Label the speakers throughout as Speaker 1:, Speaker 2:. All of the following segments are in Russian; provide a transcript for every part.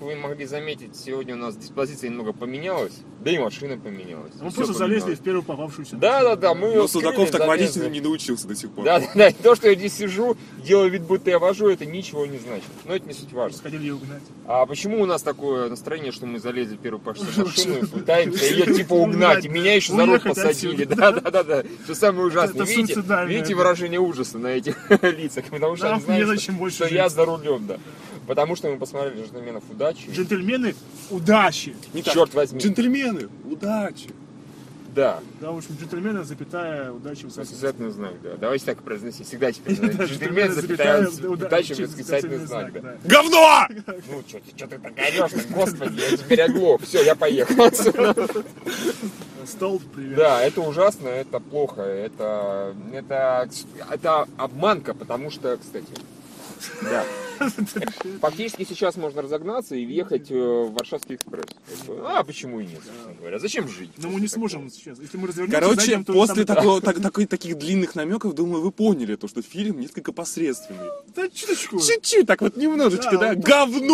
Speaker 1: вы могли заметить, сегодня у нас диспозиция немного поменялась, да и машина поменялась.
Speaker 2: Вы
Speaker 3: Ну,
Speaker 1: Всё
Speaker 2: Ну, просто залезли в
Speaker 1: поменялось.
Speaker 2: первую попавшуюся.
Speaker 1: Да, да, да, мы её
Speaker 3: Но Ну, Судаков
Speaker 1: вскрыли,
Speaker 3: так водить
Speaker 1: залезли.
Speaker 3: не научился до сих пор.
Speaker 1: Да, да, да, и то, что я здесь сижу, делаю вид, будто я вожу, это ничего не значит. Но это не суть важно.
Speaker 2: Сходили ее угнать.
Speaker 1: А почему у нас такое настроение, что мы залезли в первую пошли машину и пытаемся ее типа угнать, и меня еще за руль
Speaker 2: Уехать
Speaker 1: посадили.
Speaker 2: отсюда.
Speaker 1: Да, да, да, да. Что самое ужасное.
Speaker 2: Это
Speaker 1: Видите,
Speaker 2: суицидальное,
Speaker 1: видите
Speaker 2: да.
Speaker 1: выражение ужаса на этих лицах, потому что
Speaker 2: Нам
Speaker 1: они знают,
Speaker 2: незачем
Speaker 1: что-
Speaker 2: больше
Speaker 1: что
Speaker 2: жить.
Speaker 1: я за рулем, да. Потому что мы посмотрели «Джентльменов удачи».
Speaker 2: Джентльмены, удачи!
Speaker 3: Не так.
Speaker 1: Чёрт возьми.
Speaker 3: Джентльмены, удачи.
Speaker 1: Да,
Speaker 2: Да, в общем, джентльмены, запятая, удачи, высоцкий.
Speaker 1: восклицательный знак, да. Давайте так и произносить. Всегда теперь
Speaker 2: Да,
Speaker 1: джентльмен, запятая,
Speaker 2: уда-
Speaker 1: удача,
Speaker 2: через
Speaker 1: восклицательный знак, да.
Speaker 3: Говно!
Speaker 1: Ну, что ты, что ты так орешь господи, я теперь оглох. Все, я поехал отсюда.
Speaker 2: да. Столб, привет.
Speaker 1: Да, это ужасно, это плохо, это, это, это обманка, потому что, кстати, да. Фактически сейчас можно разогнаться и въехать э, в Варшавский экспресс. Как бы, А почему и нет, собственно говоря? Зачем жить?
Speaker 2: Но Ну, мы не сможем сейчас. Если мы развернемся,
Speaker 3: Короче,
Speaker 2: зайдем, то
Speaker 3: после
Speaker 2: же самое-
Speaker 3: такого, так- такой- таких длинных намеков, думаю, вы поняли то, что фильм несколько посредственный.
Speaker 2: Да чуточку.
Speaker 3: Чуть-чуть, так вот немножечко,
Speaker 2: Да,
Speaker 3: да?
Speaker 2: вот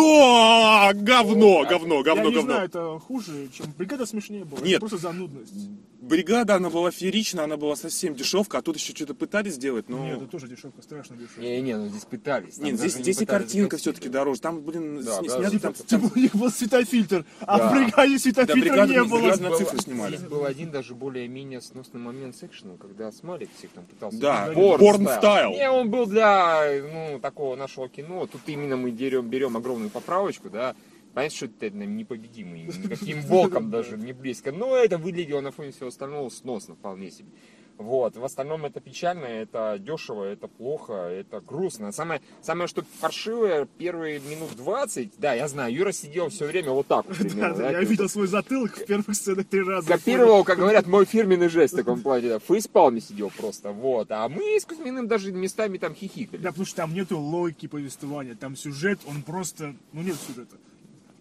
Speaker 3: Говно! Говно, говно,
Speaker 2: Я
Speaker 3: говно,
Speaker 2: не знаю,
Speaker 3: говно.
Speaker 2: это хуже, чем бригада смешнее была.
Speaker 3: Нет.
Speaker 2: Это Просто занудность.
Speaker 3: Бригада, она была феерична, она была совсем дешевка, а тут еще что-то пытались сделать,
Speaker 1: Ну.
Speaker 3: но...
Speaker 2: Нет, это тоже дешевка, страшно дешевка.
Speaker 1: Не-не, ну здесь пытались. там
Speaker 3: Нет, здесь,
Speaker 1: даже не
Speaker 3: здесь и
Speaker 1: пытались
Speaker 3: картинка
Speaker 1: запустить,
Speaker 3: все-таки
Speaker 1: да.
Speaker 3: дороже. Там, блин,
Speaker 1: Да,
Speaker 3: сня-
Speaker 1: да,
Speaker 3: сняли
Speaker 1: да,
Speaker 3: там...
Speaker 1: да.
Speaker 3: там-
Speaker 2: Типа у них был светофильтр, а
Speaker 1: Да.
Speaker 2: в бригаде светофильтра
Speaker 3: бригада
Speaker 2: не
Speaker 3: не
Speaker 2: было.
Speaker 3: бригада. на
Speaker 1: был-
Speaker 3: цифры снимали.
Speaker 1: Здесь был один даже более-менее сносный момент с экшеном, когда Смайлик всех там пытался...
Speaker 3: Да,
Speaker 1: Борн
Speaker 3: Борн
Speaker 1: стайл.
Speaker 3: стайл.
Speaker 1: Не, он был для ну, такого нашего кино. Тут именно мы дерем, берем огромную поправочку, да. Понятно, что это наверное, непобедимый, никаким волком даже не близко. Но это выглядело на фоне всего остального сносно вполне себе. Вот. В остальном это печально, это дешево, это плохо, это грустно. Самое, самое что паршивое, первые минут 20, да, я знаю, Юра сидел все время вот так вот.
Speaker 2: Да,
Speaker 1: примерно,
Speaker 2: да,
Speaker 1: да,
Speaker 2: я
Speaker 1: как бы.
Speaker 2: видел свой затылок в первых сценах три раза.
Speaker 1: Копировал, как говорят, мой фирменный жест в таком плане. Да. Фейспалме сидел просто, вот. А мы с Кузьминым даже местами там хихикали.
Speaker 2: Да, потому что там нету логики повествования, там сюжет, он просто... Ну, нет сюжета.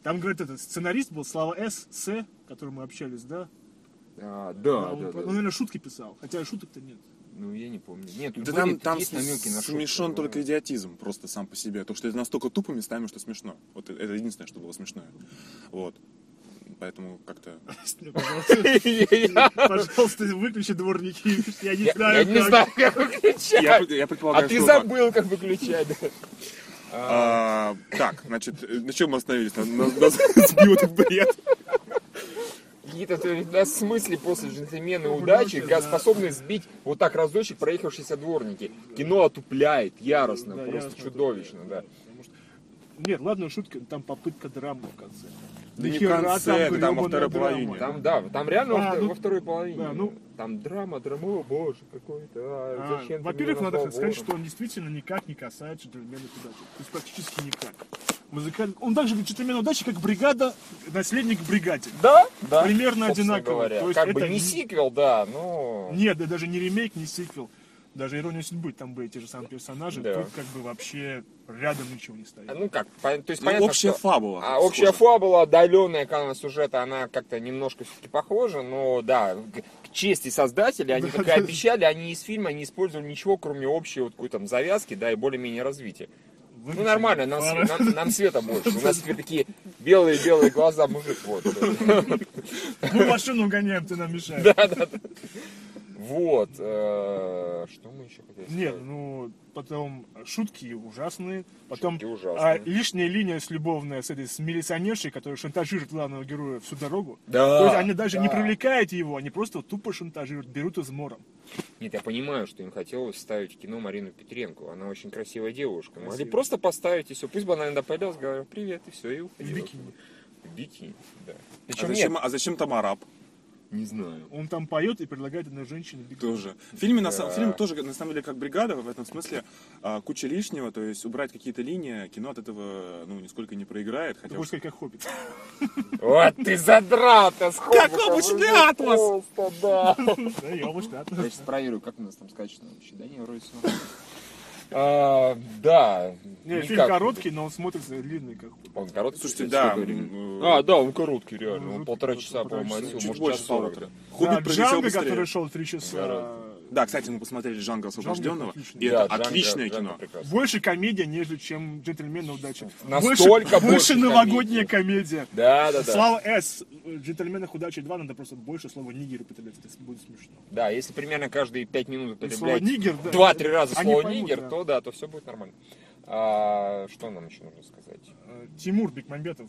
Speaker 2: Там, говорит, этот сценарист был, Слава С, С, которым мы общались, да?
Speaker 1: А,
Speaker 2: А
Speaker 1: да,
Speaker 2: он,
Speaker 1: да, да.
Speaker 2: он, наверное, шутки писал, хотя шуток-то нет.
Speaker 1: Ну, я не помню. Нет,
Speaker 3: Да
Speaker 1: были
Speaker 3: там,
Speaker 1: такие
Speaker 3: там
Speaker 1: есть намеки на шутку,
Speaker 3: смешон
Speaker 1: но-
Speaker 3: только идиотизм просто сам по себе. То, что это настолько тупо местами, что смешно. Вот это единственное, что было смешное. Вот. Поэтому как-то...
Speaker 2: Пожалуйста,
Speaker 1: Я
Speaker 2: Пожалуйста, выключи дворники, я не знаю,
Speaker 1: я не
Speaker 2: как.
Speaker 1: знаю, как
Speaker 3: Я,
Speaker 1: выключать.
Speaker 3: пред- я
Speaker 1: А
Speaker 3: предполагаю,
Speaker 1: ты
Speaker 3: что так.
Speaker 1: забыл, как выключать. да.
Speaker 3: А, так, значит, э, на чем мы остановились? На- на- Нас сбил этот бред.
Speaker 1: Какие-то то есть, да, в смысле после джентльмена
Speaker 2: Ну,
Speaker 1: удачи
Speaker 2: вообще, да.
Speaker 1: способны сбить вот так разочек проехавшиеся дворники. Кино отупляет яростно,
Speaker 2: Да,
Speaker 1: просто
Speaker 2: яростно
Speaker 1: чудовищно,
Speaker 2: отупляет,
Speaker 1: да.
Speaker 2: Потому что- Нет, ладно, шутка, там попытка драмы в конце.
Speaker 3: Да не в
Speaker 2: Нихера
Speaker 3: конце, да там во
Speaker 2: грёбаная
Speaker 3: второй
Speaker 2: драма.
Speaker 3: половине.
Speaker 1: Там, да, там реально
Speaker 2: А,
Speaker 1: во, втор-
Speaker 2: ну-
Speaker 1: во второй половине.
Speaker 2: да, ну-
Speaker 1: Там драма, драма, о боже, какой-то, а,
Speaker 2: А,
Speaker 1: зачем ты
Speaker 2: Во-первых,
Speaker 1: меня
Speaker 2: надо
Speaker 1: назвал
Speaker 2: сказать,
Speaker 1: вором?
Speaker 2: что он действительно никак не касается джентльмена удачи. То есть практически никак. Музыкаль... Он также как джентльмен удачи, как бригада, наследник бригаде.
Speaker 1: Да, да.
Speaker 2: примерно
Speaker 1: собственно
Speaker 2: одинаково.
Speaker 1: говоря.
Speaker 2: То есть
Speaker 1: как
Speaker 2: это
Speaker 1: бы не
Speaker 2: не-
Speaker 1: сиквел, да, но...
Speaker 2: Нет, да даже не ремейк, не сиквел. Даже ирония судьбы, там были те же самые персонажи,
Speaker 1: Да.
Speaker 2: тут как бы вообще рядом ничего не стоит.
Speaker 1: Ну как, пон- то есть
Speaker 3: Ну,
Speaker 1: понятно,
Speaker 3: общая
Speaker 1: что-
Speaker 3: фабула.
Speaker 1: А общая
Speaker 3: схожа.
Speaker 1: фабула, отдаленная канва сюжета, она как-то немножко все-таки похожа, но да, к к чести создателей, они как и обещали, они из фильма не использовали ничего, кроме общей вот какой-то там завязки, да, и более-менее развития. Ну
Speaker 2: Выключили.
Speaker 1: нормально, нам,
Speaker 2: Пора.
Speaker 1: с- нам, нам света больше, у нас теперь такие белые-белые глаза мужик, вот.
Speaker 2: А, Мы машину гоняем, ты нам мешаешь.
Speaker 1: Вот, э, что мы еще хотели сказать?
Speaker 2: Нет, ну потом шутки ужасные, потом
Speaker 1: Шутки ужасные.
Speaker 2: а, лишняя линия с любовная с этой с милиционершей, которая шантажирует главного героя всю дорогу.
Speaker 1: Да,
Speaker 2: То есть они даже не
Speaker 1: да.
Speaker 2: привлекают его, они просто тупо шантажируют, берут измором.
Speaker 1: Нет, я понимаю, что им хотелось ставить в кино Марину Петренко. Она очень красивая девушка. Могли
Speaker 2: Красивая.
Speaker 1: просто поставить и все. Пусть бы она иногда появлялась, говорила привет, и все, и уходила.
Speaker 2: бикини.
Speaker 1: В бикини, да.
Speaker 3: А
Speaker 1: Причем
Speaker 3: зачем, а зачем там араб?
Speaker 1: Не знаю.
Speaker 2: Он там поет и предлагает одной женщине бить.
Speaker 3: Тоже. В фильме, на, сам-
Speaker 1: Да.
Speaker 3: фильм тоже, на самом деле, как бригада, в этом смысле, а, куча лишнего, то есть убрать какие-то линии, кино от этого, ну, нисколько не проиграет, хотя
Speaker 2: Такой
Speaker 3: уж...
Speaker 2: сказать, как хоббит.
Speaker 1: Вот ты задрал-то сходу.
Speaker 3: Как облачный атлас.
Speaker 1: Просто, да.
Speaker 2: Да, я облачный атлас.
Speaker 1: Я сейчас проверю, как у нас там скачано вообще, да, не вроде всё. А, Да.
Speaker 2: Не,
Speaker 1: никак
Speaker 2: фильм
Speaker 1: не
Speaker 2: короткий, но он смотрится длинный, как хоббит.
Speaker 1: будет. Он короткий?
Speaker 3: Слушайте,
Speaker 1: кстати,
Speaker 3: да,
Speaker 1: сколько времени?
Speaker 3: м, э,
Speaker 1: А, да, он короткий, реально.
Speaker 2: Ну,
Speaker 1: Он полтора
Speaker 2: жуткий,
Speaker 1: часа,
Speaker 2: полтора
Speaker 1: по-моему,
Speaker 2: часа.
Speaker 1: носил,
Speaker 3: чуть
Speaker 1: может,
Speaker 3: больше
Speaker 1: час сорок, да.
Speaker 3: полутора.
Speaker 2: Да,
Speaker 3: Хоббит пролетел
Speaker 2: Джанго,
Speaker 3: быстрее.
Speaker 2: который шел три часа,
Speaker 3: Гораздо. Да, кстати, мы посмотрели «Джанго освобожденного»,
Speaker 2: отличный.
Speaker 3: и
Speaker 1: Да,
Speaker 3: это
Speaker 1: Джанго-
Speaker 3: отличное
Speaker 1: Джанго
Speaker 3: кино.
Speaker 1: прекрасно.
Speaker 2: Больше комедия, нежели чем джентльмены удачи.
Speaker 1: Настолько больше
Speaker 2: больше, больше новогодняя комедия.
Speaker 1: Да, да, да.
Speaker 2: Слава С. в Джентльменах удачи 2 надо просто больше слова нигер употреблять, это будет смешно.
Speaker 1: Да, если примерно каждые 5 минут
Speaker 2: Ну, Слово
Speaker 1: употреблять
Speaker 2: нигер, да.
Speaker 1: два-три раза
Speaker 2: Они
Speaker 1: слово
Speaker 2: поймут,
Speaker 1: нигер,
Speaker 2: да.
Speaker 1: то да, то все будет нормально. А, что нам еще нужно сказать?
Speaker 2: Э, Тимур Бекмамбетов.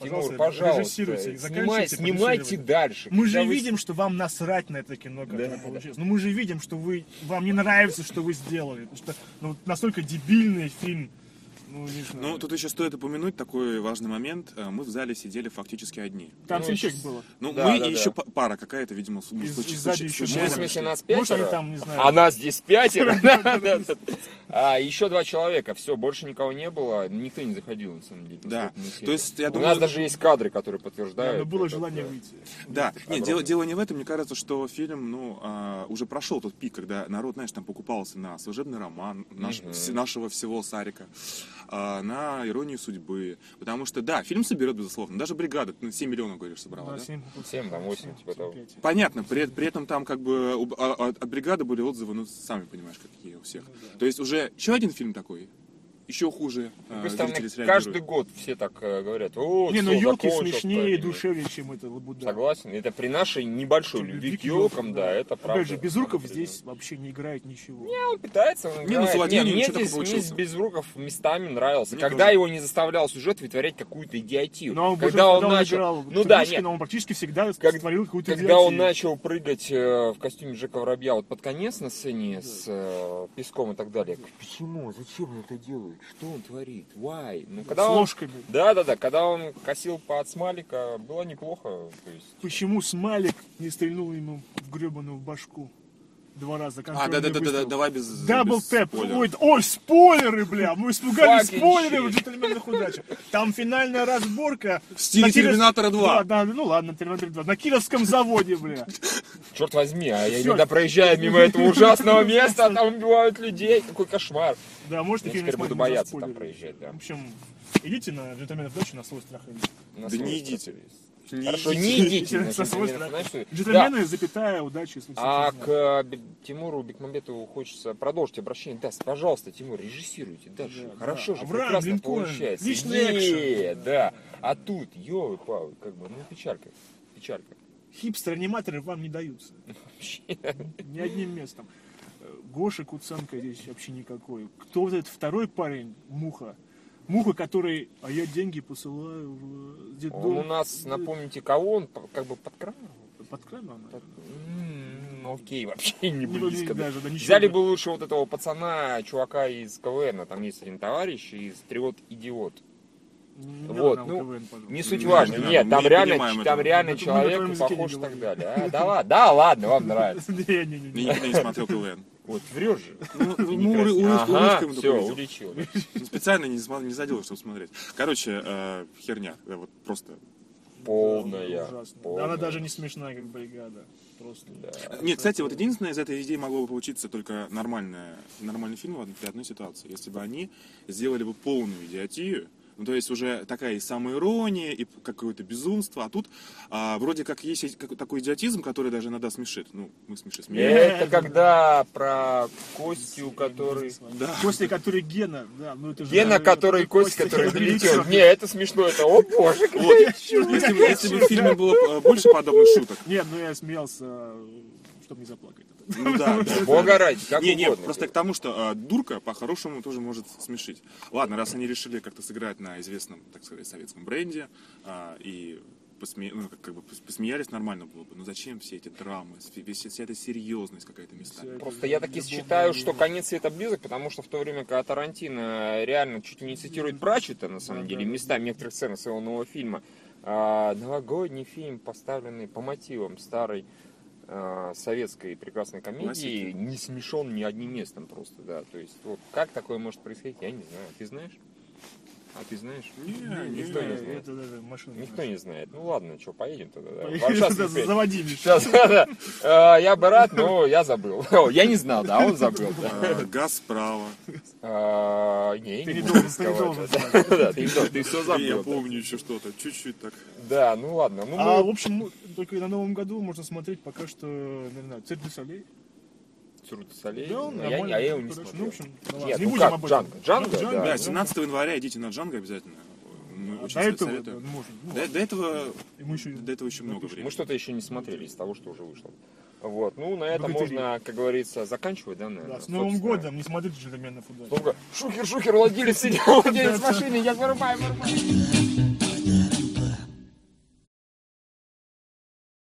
Speaker 1: Тимур, пожалуйста, э,
Speaker 2: режиссируйте и
Speaker 1: снимай-
Speaker 2: заканчивайте
Speaker 1: снимайте
Speaker 2: продюсирование.
Speaker 1: дальше.
Speaker 2: Мы
Speaker 1: Когда
Speaker 2: же
Speaker 1: вы
Speaker 2: видим, что вам насрать на это кино,
Speaker 1: Да,
Speaker 2: которое
Speaker 1: да.
Speaker 2: получилось. Ну мы же видим, что вы вам не нравится, что вы сделали. Потому что ну, настолько дебильный фильм. Ну, не знаю.
Speaker 3: Ну, тут еще стоит упомянуть такой важный момент. Э, Мы в зале сидели фактически одни.
Speaker 2: Там
Speaker 1: ну,
Speaker 2: семь человек
Speaker 1: с-
Speaker 2: было.
Speaker 3: Ну,
Speaker 1: Да,
Speaker 3: мы
Speaker 1: да,
Speaker 3: и
Speaker 1: да.
Speaker 3: еще па- пара какая-то, видимо, с- ну,
Speaker 2: Из-
Speaker 3: случай-
Speaker 2: иззади
Speaker 3: случай-
Speaker 2: еще
Speaker 3: случайно.
Speaker 1: Ну, в
Speaker 2: Может,
Speaker 1: смысле, нас
Speaker 2: Может, они
Speaker 1: пятеро?
Speaker 2: там, не знаю.
Speaker 1: А нас здесь пятеро? А еще два человека, все, больше никого не было, никто не заходил, на самом деле.
Speaker 3: Да.
Speaker 1: Мы сели.
Speaker 3: То есть, я
Speaker 1: У
Speaker 3: думаю...
Speaker 1: нас даже есть кадры, которые
Speaker 2: Да,
Speaker 1: подтверждают.
Speaker 2: но ну, было
Speaker 1: этот,
Speaker 2: желание
Speaker 1: да.
Speaker 2: выйти.
Speaker 3: Да,
Speaker 1: огромный.
Speaker 3: нет, дело, дело не в этом. Мне кажется, что фильм, ну, а, уже прошел тот пик, когда народ, знаешь, там покупался на служебный роман наш-
Speaker 1: Мгм.
Speaker 3: вс- нашего всего Сарика, а, на иронию судьбы. Потому что, да, фильм соберет, безусловно. Даже бригада, ну, 7 миллионов, говоришь, собрала,
Speaker 2: Да,
Speaker 3: да?
Speaker 2: семь. ну,
Speaker 1: Семь, там, восемь, типа того.
Speaker 2: Семь, пять.
Speaker 3: Понятно, при, при этом там как бы у- а- а- от, бригады были отзывы, ну, сами понимаешь, какие у
Speaker 1: Ну
Speaker 3: всех. То есть уже еще один фильм такой, еще хуже
Speaker 1: Ну,
Speaker 3: а,
Speaker 1: то есть там
Speaker 3: зрители среагируют.
Speaker 1: каждый год все так э, говорят, о,
Speaker 2: Не, ну
Speaker 1: всё,
Speaker 2: елки
Speaker 1: закончил,
Speaker 2: смешнее и
Speaker 1: парень».
Speaker 2: душевнее, чем это лабуда.
Speaker 1: Согласен, это при нашей небольшой любви к елкам, да, это правда.
Speaker 2: Опять же, Безруков
Speaker 1: Смотри,
Speaker 2: здесь вообще не играет ничего.
Speaker 1: Ну, он пытается, он
Speaker 3: ну,
Speaker 1: играет.
Speaker 3: Соловей
Speaker 1: Не, мне
Speaker 3: ничего
Speaker 1: здесь,
Speaker 3: такого
Speaker 1: мне здесь
Speaker 3: учился.
Speaker 1: Безруков местами нравился.
Speaker 3: Мне
Speaker 1: когда
Speaker 3: тоже.
Speaker 1: его не заставлял сюжет вытворять какую-то идиотию.
Speaker 2: Но Ну, он,
Speaker 1: когда
Speaker 2: больше,
Speaker 1: Ну, а он начал...
Speaker 2: играл
Speaker 1: ну да,
Speaker 2: Трубушкина,
Speaker 1: нет,
Speaker 2: он практически всегда
Speaker 1: Как-
Speaker 2: творил какую-то
Speaker 1: Когда он
Speaker 2: идиотию.
Speaker 1: начал прыгать э, в костюме Жека Воробья вот под конец на сцене с э, песком и так далее. Почему? Зачем он это делает? Что он творит? Why? Ну, когда
Speaker 2: С
Speaker 1: он...
Speaker 2: ложками.
Speaker 1: Да, да, да. Когда он косил под смалика, было неплохо. То есть...
Speaker 2: Почему Смайлик не стрельнул ему в гребаную башку? Два раза
Speaker 3: А, да, да, да, да, да, давай без.
Speaker 2: Дабл
Speaker 3: без
Speaker 2: тэп.
Speaker 3: спойлеров.
Speaker 2: Ой, ой, спойлеры, бля. Мы испугались
Speaker 1: Fucking
Speaker 2: спойлеры в
Speaker 1: shit.
Speaker 2: джентльменах удачи. Там финальная разборка.
Speaker 3: В стиле
Speaker 2: на Киров-
Speaker 3: «Терминатора 2».
Speaker 2: Да, да, ну ладно, Терминатор 2. На Кировском заводе, бля.
Speaker 1: Черт возьми, а я
Speaker 2: Всё.
Speaker 1: иногда проезжаю мимо этого ужасного места, а там убивают людей. Какой кошмар.
Speaker 2: Да, может,
Speaker 1: Я
Speaker 2: фильм
Speaker 1: теперь буду
Speaker 2: смотрим,
Speaker 1: бояться
Speaker 2: заспойлерим.
Speaker 1: там проезжать, да.
Speaker 2: В общем, идите на джентльменов удачи на свой страх и риск.
Speaker 1: На
Speaker 3: Да
Speaker 1: свой
Speaker 3: не
Speaker 1: страх
Speaker 3: идите.
Speaker 1: и риск.
Speaker 3: Не
Speaker 1: Хорошо,
Speaker 3: идите.
Speaker 1: не идите.
Speaker 2: Со
Speaker 1: значит,
Speaker 2: свой
Speaker 1: наверное,
Speaker 2: страх.
Speaker 1: знаешь, что- Да.
Speaker 2: Джентльмены, запятая, удачи, если
Speaker 1: А
Speaker 2: всё
Speaker 1: к
Speaker 2: знаю.
Speaker 1: э, Бе- Тимуру Бекмамбету хочется продолжить обращение. Да, пожалуйста, Тимур, режиссируйте дальше.
Speaker 2: Да,
Speaker 1: Хорошо
Speaker 2: да.
Speaker 1: же,
Speaker 2: Авраам
Speaker 1: прекрасно
Speaker 2: Линкольн.
Speaker 1: получается.
Speaker 2: Личный
Speaker 1: Е,
Speaker 2: экшен.
Speaker 1: да. А тут, ёлы палы, как бы, ну печалька. Печалька.
Speaker 2: Хипстеры-аниматоры вам не даются.
Speaker 1: Вообще.
Speaker 2: Ни одним местом. Э, Гоша Куценко здесь вообще никакой. Кто вот этот второй парень? Муха. Муха, который, а я деньги посылаю в э, детдом.
Speaker 1: Он у нас, напомните, кого он по- как бы подкравил?
Speaker 2: Под краном, наверное.
Speaker 1: М, ну, Окей, вообще не
Speaker 2: Не было
Speaker 1: близко. да.
Speaker 2: даже, Ну, да ничего.
Speaker 1: Взяли бы лучше вот этого пацана, чувака из КВН, а там есть один товарищ из Триот Идиот.
Speaker 2: Не надо
Speaker 1: вот,
Speaker 2: нам
Speaker 1: ну,
Speaker 2: КВН, пожалуйста.
Speaker 1: Не суть
Speaker 3: Не,
Speaker 1: важно.
Speaker 3: не надо,
Speaker 1: Нет,
Speaker 3: мы
Speaker 1: там
Speaker 3: не
Speaker 1: реально,
Speaker 3: понимаем
Speaker 1: там
Speaker 3: этого.
Speaker 1: реально
Speaker 2: Мы- мы
Speaker 1: человек
Speaker 2: на
Speaker 1: и
Speaker 2: языке не
Speaker 1: похож и так
Speaker 2: говорим.
Speaker 1: далее. А, да ладно, да ладно, вам нравится.
Speaker 2: Не-не-не.
Speaker 3: Я никогда не смотрел КВН.
Speaker 1: Вот врешь же.
Speaker 3: Ну,
Speaker 1: Ну,
Speaker 3: ур- ур- урочками только
Speaker 1: все,
Speaker 3: видел.
Speaker 1: уличил.
Speaker 3: Ну, Специально не, смо- не задел, чтобы смотреть. Короче, э, херня. Да, вот просто.
Speaker 1: Полная.
Speaker 2: Ужасно.
Speaker 1: полная.
Speaker 2: Она даже не смешная, как бригада. Просто.
Speaker 1: Да.
Speaker 3: Э, Нет, кстати, вот единственное, из этой идеи могло бы получиться только нормальное, нормальный фильм в од- при одной ситуации. Если бы они сделали бы полную идиотию, ну, то есть уже такая и самоирония, и какое-то безумство. А тут а, вроде как есть и какой- такой идиотизм, который даже иногда смешит. Ну, мы смеши смеемся.
Speaker 1: Это когда про Костю, который...
Speaker 3: Да.
Speaker 2: Костя, который Гена, да, ну это же...
Speaker 1: Гена, который Костя, который долетел. Не, это смешно, это о боже,
Speaker 3: Вот. Если бы, если бы в фильме было э, больше подобных шуток.
Speaker 2: Нет, ну я смеялся, чтобы не заплакать.
Speaker 3: Ну да, да.
Speaker 1: бога ради, как
Speaker 3: не, не,
Speaker 1: угодно.
Speaker 3: просто к тому, что э, дурка по-хорошему тоже может смешить. Ладно, раз они решили как-то сыграть на известном, так сказать, советском бренде а, и посме- ну, как, как бы пос- посмеялись, нормально было бы. Но зачем все эти драмы, с- весь- вся эта серьезность какая-то местами?
Speaker 1: Просто я таки считаю, что конец света близок, потому что в то время, когда Тарантино э, реально чуть ли не цитирует Пратчета, на самом деле, местами некоторых сцен своего нового фильма, а, новогодний фильм, поставленный по мотивам старой а, советской прекрасной комедии,
Speaker 3: Классики.
Speaker 1: не смешон ни одним местом просто, да. То есть, вот как такое может происходить, я не знаю. Ты знаешь? А ты знаешь?
Speaker 3: Не, не
Speaker 1: никто не
Speaker 3: знаю.
Speaker 1: знает.
Speaker 2: Это даже машина.
Speaker 1: Никто не знает. Ну ладно, что, поедем тогда, да.
Speaker 2: Поехали
Speaker 1: Варшавский
Speaker 2: сюда,
Speaker 1: пять.
Speaker 2: Заводи, Миша.
Speaker 1: Сейчас, да, да. Э, я бы рад, но я забыл. О, Я не знал, да, он забыл. да.
Speaker 3: Э, Газ справа.
Speaker 1: А, Не,
Speaker 2: Ты
Speaker 1: не
Speaker 2: не
Speaker 1: буду
Speaker 2: должен, ты не
Speaker 1: рисковать,
Speaker 2: должен
Speaker 1: да.
Speaker 2: знать.
Speaker 1: Да, ты не должен, ты все
Speaker 3: И я
Speaker 1: забыл. да.
Speaker 3: помню еще что-то. Чуть-чуть так.
Speaker 1: Да, ну ладно. Ну,
Speaker 2: А,
Speaker 1: мы-
Speaker 2: в общем, только на Новом году можно смотреть пока что, не знаю, «Цирк дю Солей».
Speaker 1: Тюрт Солей.
Speaker 2: Да, он
Speaker 1: а, я, не- а я его не
Speaker 2: хорошо.
Speaker 1: смотрел.
Speaker 2: Ну, в общем, ну ладно,
Speaker 1: Нет,
Speaker 2: не
Speaker 1: ну
Speaker 2: будем
Speaker 1: как,
Speaker 2: об этом.
Speaker 1: Джанго. Джанго,
Speaker 2: Джанго,
Speaker 1: да.
Speaker 3: Да,
Speaker 2: ну.
Speaker 3: 17 января идите на Джанго обязательно. Мы
Speaker 2: А
Speaker 3: очень
Speaker 2: до этого Ну,
Speaker 3: советуем.
Speaker 2: да, можем. Ну,
Speaker 3: До, до этого,
Speaker 2: и мы еще-
Speaker 3: до этого еще много времени.
Speaker 1: Мы что-то еще не смотрели из того, что уже вышло. Вот, ну на этом
Speaker 2: Богатыри.
Speaker 1: можно, как говорится, заканчивать, да, наверное?
Speaker 2: да, с Новым
Speaker 1: Собственно.
Speaker 2: годом, не смотрите джентльменов удачи.
Speaker 1: Долго. Шухер, шухер, владелец, сидел, владелец машины, я вырубаю, вырубаю.